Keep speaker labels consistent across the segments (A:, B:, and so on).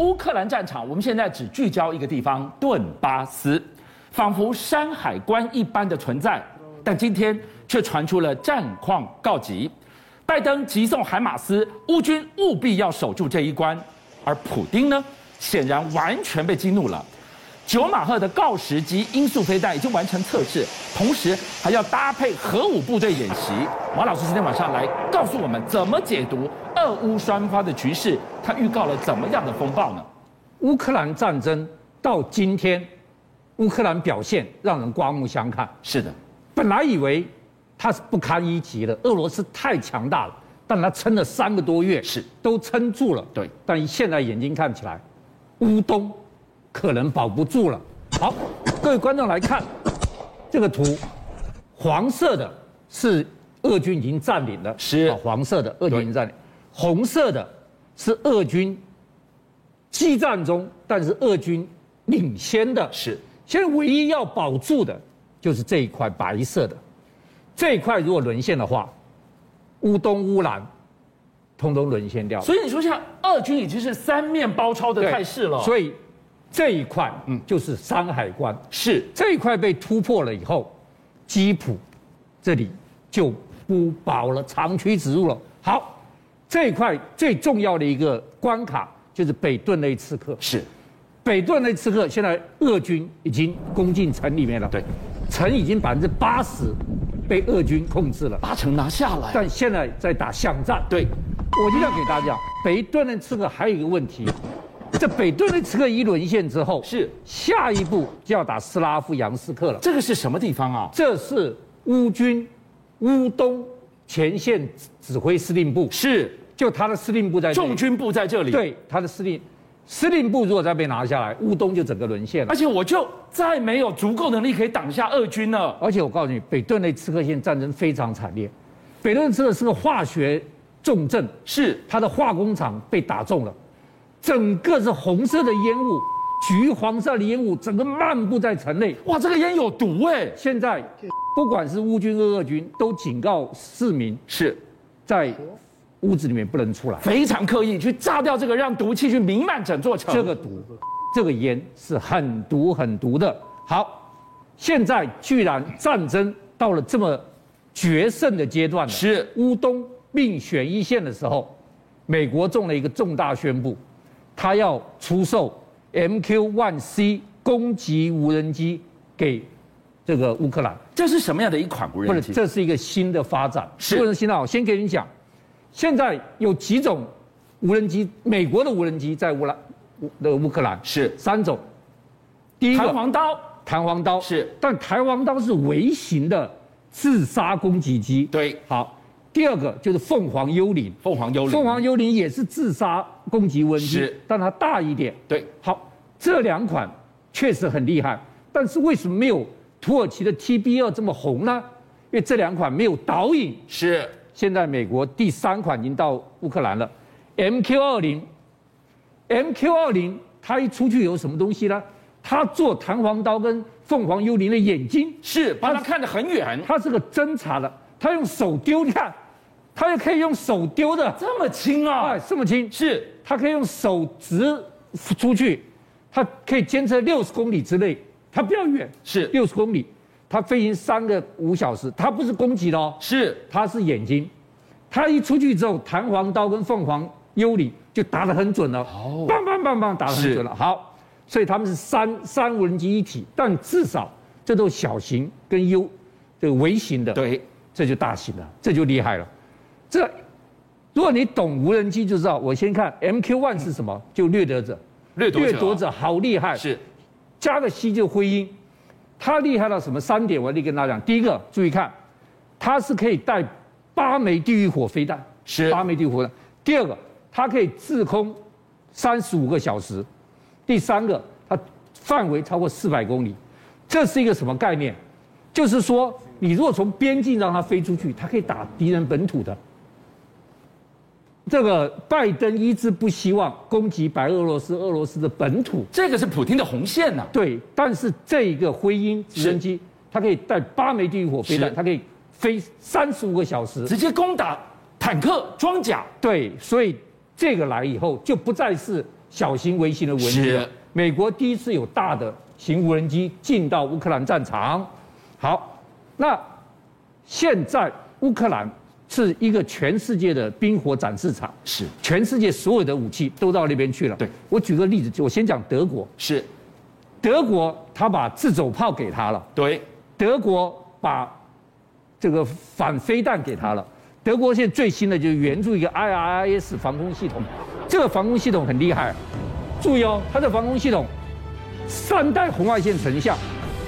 A: 乌克兰战场，我们现在只聚焦一个地方——顿巴斯，仿佛山海关一般的存在。但今天却传出了战况告急，拜登急送海马斯，乌军务必要守住这一关。而普丁呢，显然完全被激怒了。九马赫的锆石级音速飞弹已经完成测试，同时还要搭配核武部队演习。王老师今天晚上来告诉我们怎么解读俄乌双方的局势，他预告了怎么样的风暴呢？
B: 乌克兰战争到今天，乌克兰表现让人刮目相看。
A: 是的，
B: 本来以为他是不堪一击的，俄罗斯太强大了，但他撑了三个多月，
A: 是
B: 都撑住了。
A: 对
B: 但现在眼睛看起来，乌东可能保不住了。好，各位观众来看这个图，黄色的是俄军已经占领了，
A: 是
B: 啊黄色的俄军已经占领，红色的是俄军激战中，但是俄军领先的
A: 是
B: 现在唯一要保住的就是这一块白色的，这一块如果沦陷的话，乌东乌兰通通沦陷掉。
A: 所以你说，像俄军已经是三面包抄的态势了，
B: 所
A: 以
B: 以这一块嗯就是山海关，
A: 是
B: 这一块被突破了以后，基普这里就不保了，长驱直入了。好，这一块最重要的一个关卡就是北顿内刺客。
A: 是
B: 北顿内刺客现在俄军已经攻进城里面了，
A: 对，
B: 城已经百分之八十被俄军控制了，
A: 八成拿下来，
B: 但现在在打巷战。
A: 对，
B: 我就要给大家讲，北顿内刺客还有一个问题，这北顿内刺客一沦陷之后，
A: 是
B: 下一步就要打斯拉夫扬斯克了。
A: 这个是什么地方啊？
B: 这是乌军乌东前线指挥司令部，
A: 是
B: 就他的司令部在这里
A: 重军部在这里，，
B: 对他的司令司令部如果再被拿下来，乌东就整个沦陷了
A: 而。且我就再没有足够能力可以挡下俄军了。
B: 而且我告诉你，北顿内刺客线战争非常惨烈。北顿内刺客是个化学重镇，
A: 是
B: 它的化工厂被打中了，整个是红色的烟雾，橘黄色的烟雾，整个漫步在城内。
A: 哇，这个烟有毒哎，
B: 现在，不管是乌军、俄军，都警告市民
A: 是
B: 在屋子里面不能出来。
A: 非常刻意去炸掉这个，让毒气去弥漫整座城。
B: 这个毒，这个烟是很毒很毒的。好，现在居然战争到了这么决胜的阶段了。
A: 是
B: 乌东命悬一线的时候，美国中了一个重大宣布，他要出售 MQ-1C 攻击无人机给这个乌克兰。
A: 这是什么样的一款无
B: 不
A: 人
B: 是，
A: 机？
B: 这是一个新的发展，
A: 是
B: 不是新的。我先给你讲，现在有几种无人机，美国的无人机在乌拉乌的乌克兰
A: 是
B: 三种，第一
A: 弹
B: 个
A: 簧刀，
B: 弹簧刀
A: 是
B: 但弹簧刀是微型的自杀攻击机，
A: 对
B: 好，第二个就是凤凰幽灵，
A: 凤凰幽灵，
B: 凤凰幽灵也是自杀攻击无人机
A: 是，
B: 但它大一点，
A: 对，
B: 好，这两款确实很厉害，但是为什么没有土耳其的 TB 二这么红呢？因为这两款没有导引。
A: 是
B: 现在美国第三款已经到乌克兰了，MQ 二零，MQ 二零它一出去有什么东西呢？它做弹簧刀跟凤凰幽灵的眼睛，
A: 是，把它看得很远，
B: 它是个侦察的，它用手丢，你看，它也可以用手丢的，
A: 这么轻啊
B: 哎，，这么轻，
A: 是
B: 它可以用手指出去，它可以监测六十公里之内，它不要远，
A: 是
B: 六十公里，它飞行三个五小时，它不是攻击的哦，
A: 是
B: 它是眼睛，它一出去之后，弹簧刀跟凤凰幽灵就打得很准了，
A: 哦
B: 棒棒棒棒打得很准了。好，所以他们是三三无人机一体，但至少这都小型跟优这个微型的，，
A: 对，
B: 这就大型了，这就厉害了。这如果你懂无人机就知道，我先看 MQ one 是什么，就掠夺者，
A: 掠夺者
B: 好厉害，
A: 是
B: 加个西就灰鹰，它厉害到什么三点？我立刻跟大家讲，第一个注意看，它是可以带八枚地狱火飞弹，
A: 是
B: 八枚地狱火弹。第二个，它可以滞空三十五个小时。第三个，它范围超过四百公里，这是一个什么概念？就是说，你如果从边境让它飞出去，它可以打敌人本土的。这个拜登一直不希望攻击白俄罗斯，俄罗斯的本土。
A: 这个是普京的红线呐、
B: 对，但是这一个灰鹰直升机，它可以带八枚地狱火飞弹，
A: 是
B: 它可以飞三十五个小时。
A: 直接攻打坦克、装甲，
B: 对，所以这个来以后就不再是小型微型的无人机
A: 是
B: 了。美国第一次有大的型无人机进到乌克兰战场。好，那现在乌克兰是一个全世界的兵火展示场，
A: 是
B: 全世界所有的武器都到那边去了。
A: 对，
B: 我举个例子，我先讲德国，
A: 是，
B: 德国他把自走炮给他了。
A: 对，
B: 德国把这个反飞弹给他了。德国现在最新的就是援助一个 IRIS 防空系统，这个防空系统很厉害。注意哦，它的防空系统三代红外线成像，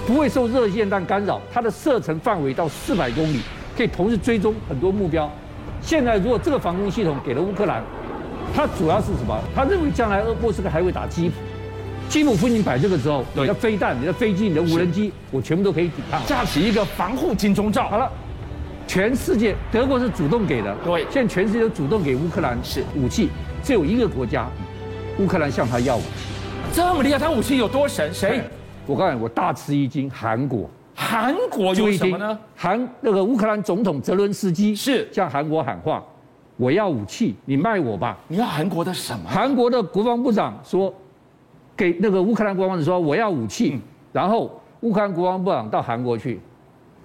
B: 不会受热线弹干扰，它的射程范围到四百公里，可以同时追踪很多目标。现在如果这个防空系统给了乌克兰，它主要是什么？他认为将来俄波斯克还会打基辅，基辅附近摆这个之后，
A: 对
B: 你的飞弹、你的飞机、你的无人机，我全部都可以抵抗。
A: 架起一个防护金钟罩。
B: 好了，全世界德国是主动给的，
A: 对
B: 现在全世界都主动给乌克兰
A: 是
B: 武器，只有一个国家，乌克兰向他要武器。
A: 这么厉害，他武器有多神？谁？
B: 我告诉你，我大吃一惊，韩国。
A: 韩国有什么呢？
B: 韩那个乌克兰总统泽伦斯基
A: 是
B: 向韩国喊话：“我要武器，你卖我吧。”
A: 你要韩国的什么？
B: 韩国的国防部长说，给那个乌克兰国防部长说我要武器，
A: 嗯
B: 然后乌克兰国防部长到韩国去，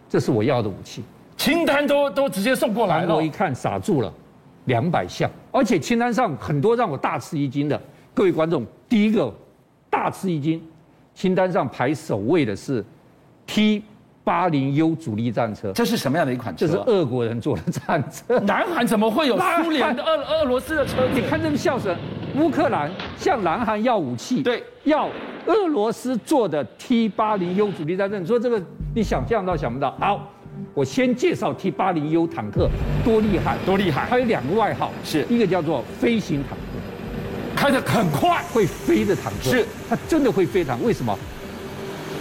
B: 这是我要的武器。
A: 清单都都直接送过来
B: 韩国
A: 了
B: 一。看傻住了，两百项，而且清单上很多让我大吃一惊的。各位观众，第一个大吃一惊，清单上排首位的是 T 八零 U 主力战车，
A: 这是嗯什么样的一款车？
B: 这是俄国人做的战车。
A: 南韩怎么会有
B: 南韩
A: 苏联的俄俄罗斯的车
B: 你
A: 子？
B: 看这个笑声，乌克兰向南韩要武器，
A: 对，
B: 要俄罗斯做的 T 八零 U 主力战车。你说这个你想象到想不到？好，我先介绍 T 八零 U 坦克多厉害，
A: 多厉害
B: 它有两个外号，
A: 是
B: 一个叫做飞行坦克，
A: 开得很快，
B: 会飞的坦克，
A: 是
B: 它真的会飞坦克。为什么？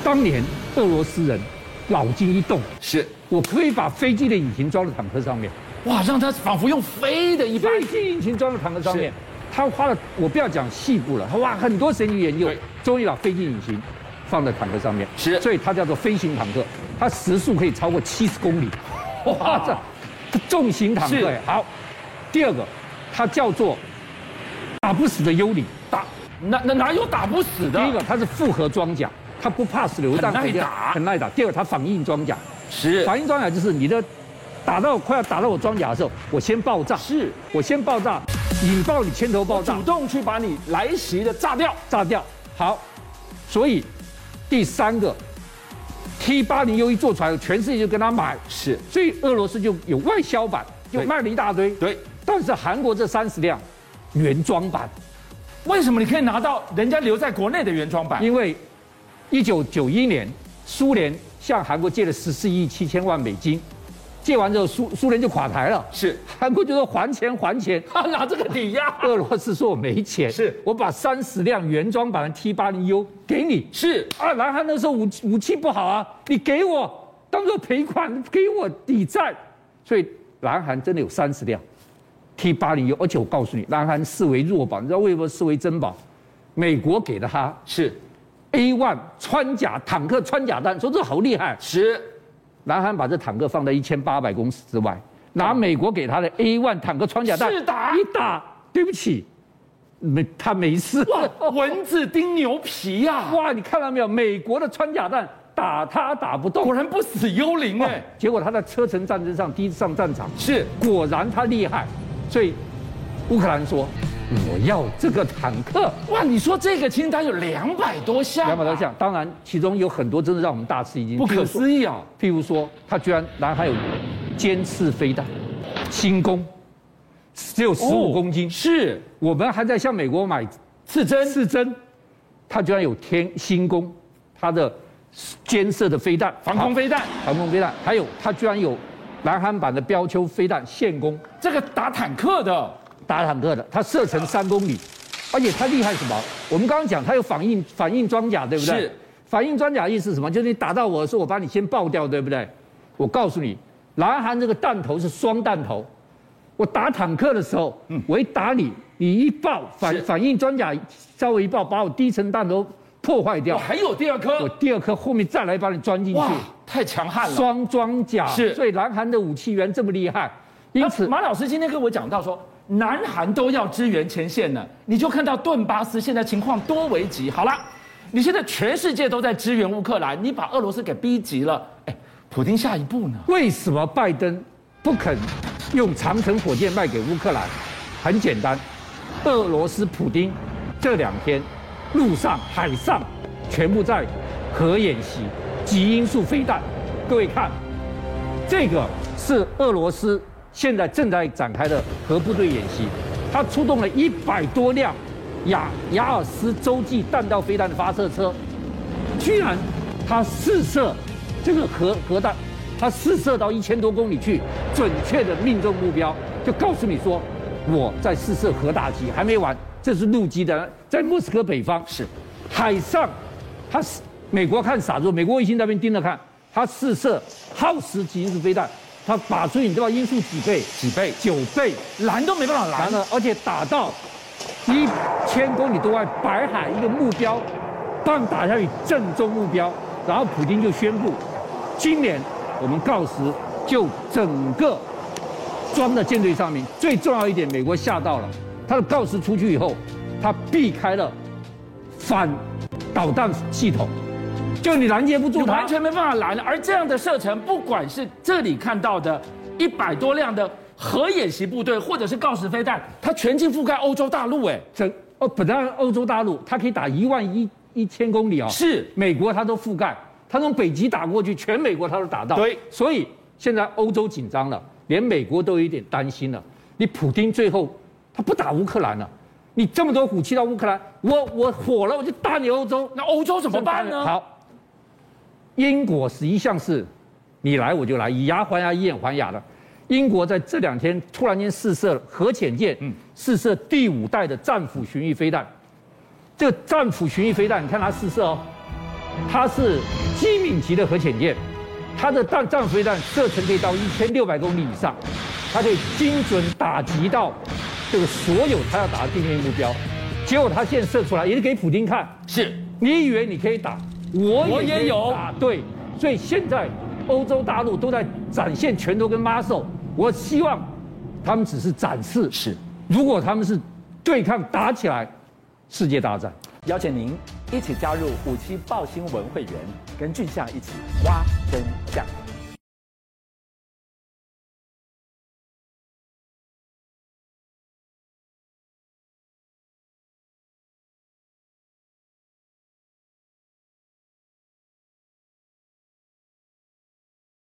B: 当年俄罗斯人脑筋一动，
A: 是
B: 我可以把飞机的引擎装到坦克上面。
A: 哇，让他仿佛用飞的一般。
B: 飞机引擎装在坦克上面
A: 是，
B: 他花了我不要讲细部了，他花很多时间去研究
A: 对，
B: 终于把飞机引擎放在坦克上面，
A: 是
B: 所以它叫做飞行坦克，它时速可以超过七十公里，哇，这这重型坦
A: 是
B: 克哎好。第二个，它叫做打不死的幽灵，
A: 打哪哪哪有打不死的？
B: 第一个它是复合装甲，它不怕手榴弹，
A: 很耐打
B: 很耐打。第二个它反应装甲，
A: 是
B: 反应装甲就是你的打到快要打到我装甲的时候，我先爆炸，
A: 是
B: 我先爆炸，引爆你牵头爆炸
A: 主，动去把你来袭的炸掉。
B: 炸掉。好，所以第三个 T 八零 U 一做出来，全世界就跟他买，
A: 是
B: 所以俄罗斯就有外销版，就
A: 对
B: 卖了一大堆。
A: 对，
B: 但是韩国这三十辆原装版，
A: 为什么你可以拿到人家留在国内的原装版？
B: 因为一九九一年苏联向韩国借了十四亿七千万美金，借完之后苏苏联就垮台了，
A: 是
B: 韩国就说还钱还钱，
A: 他拿这个抵押。
B: 俄罗斯说我没钱，
A: 是
B: 我把三十辆原装版的 T 八零 U 给你，
A: 是
B: 啊，南韩那时候武器武器不好啊，你给我当做赔款，给我抵债。所以南韩真的有三十辆 T 八零 U，而且我告诉你，南韩视为弱宝，你知道为什么视为珍宝？美国给了他
A: 是
B: A one 穿甲坦克穿甲弹，说这好厉害。
A: 是，
B: 南韩把这坦克放在一千八百公尺之外，拿美国给他的 A one 坦克穿甲弹
A: 是打
B: 一打，对不起，没他没事。
A: 哇，蚊子叮牛皮呀、啊！
B: 哇，你看到没有？美国的穿甲弹打他打不动
A: 果。然不死幽灵哎、
B: 结果他在车臣战争上第一次上战场，
A: 是
B: 果然他厉害，所以乌克兰说
A: 嗯
B: 嗯我要这个坦克。
A: 哇，你说这个清单有两百多项、啊
B: 两百多，项，当然其中有很多真的让我们大吃一惊，
A: 不可思
B: 议。
A: 议啊！
B: 譬如说，他居然然后还有尖刺飞弹，新弓，只有十
A: 哦
B: 五公斤、
A: 是
B: 我们还在向美国买
A: 刺针
B: 刺针，他居然有天新弓，他的尖射的飞弹，
A: 防空飞弹，
B: 航空飞弹，还有它居然有南韩版的标丘飞弹限攻
A: 这个打坦克
B: 哦
A: 的
B: 打坦克的，它射程三公里，而且它厉害什么？我们刚刚讲它有反应反应装甲，对不对？
A: 是。
B: 反应装甲意思是什么？就是你打到我的时候，我把你先爆掉，对不对？我告诉你，南韩这个弹头是双弹头，我打坦克的时候，我一打你，你一爆反
A: 嗯是
B: 反应装甲稍微一爆，把我第一层弹头破坏
A: 哇
B: 掉，
A: 哦还有第二
B: 我
A: 颗，
B: 第二颗后面再来把你钻进去
A: 哇。，太强悍了。
B: 双装甲，
A: 是
B: 所以南韩的武器源这么厉害，因
A: 那
B: 此
A: 马老师今天跟我讲到说，南韩都要支援前线了，你就看到顿巴斯现在情况多危急。好了，你现在全世界都在支援乌克兰，你把俄罗斯给逼急了，哎，普京下一步呢？
B: 为什么拜登不肯用长城火箭卖给乌克兰？很简单，俄罗斯普丁这两天路上、海上全部在核演习，极音速飞弹。各位看，这个是俄罗斯现在正在展开的核部队演习，它出动了一百多辆雅雅尔斯洲际弹道飞弹的发射车，居然它试射这个核核弹，它试射到一千多公里去，准确的命中目标，就告诉你说我在试射核打击，还没完，这是陆基的，在莫斯科北方
A: 是
B: 海上，它是美国看傻住，美国卫星在那边盯着看，它试射耗时极音速飞弹，它靶出你知道音速几倍？
A: 几倍？
B: 九倍，
A: 拦都没办法拦。
B: 然后而且打到一千公里多外白海一个目标，棒打下去正中目标，然后普京就宣布，今年我们告辞，就整个装的舰队上面。最重要一点，美国吓到了，他的告示出去以后，他避开了反导弹系统，就你拦截不
A: 你
B: 住他，
A: 完全没办法拦。而这样的射程，不管是这里看到的一百多辆的核演习部队，或者是锆石飞弹，它全境覆盖欧洲大陆，哎，
B: 整哦，本来欧洲大陆它可以打一万一一千公里啊、
A: 是
B: 美国它都覆盖，它从北极打过去，全美国它都打到。
A: 对
B: 所以现在欧洲紧张了，连美国都有一点担心了。你普京最后他不打乌克兰了，你这么多武器到乌克兰，我我火了我就打你欧洲，
A: 那欧洲怎么办呢？
B: 好，英国是一向是你来我就来，以牙还牙，以眼还牙的。英国在这两天突然间试射核潜舰，
A: 嗯
B: 试射第五代的战斧巡弋飞弹。这个战斧巡弋飞弹，你看它试射哦，它是机敏级的核潜舰，它的弹战斧飞弹射程可以到一千六百公里以上，它可以精准打击到这个所有它要打的地面目标。结果它现在射出来，也是给普京看，
A: 是
B: 你以为你可以打，我
A: 我也
B: 也可以
A: 有
B: 打对，所以现在欧洲大陆都在展现拳头跟 muscle。我希望他们只是展示，
A: 是。
B: 如果他们是对抗打起来，世界大战。
C: 邀请您一起加入五七报新闻会员，跟俊相一起挖真相。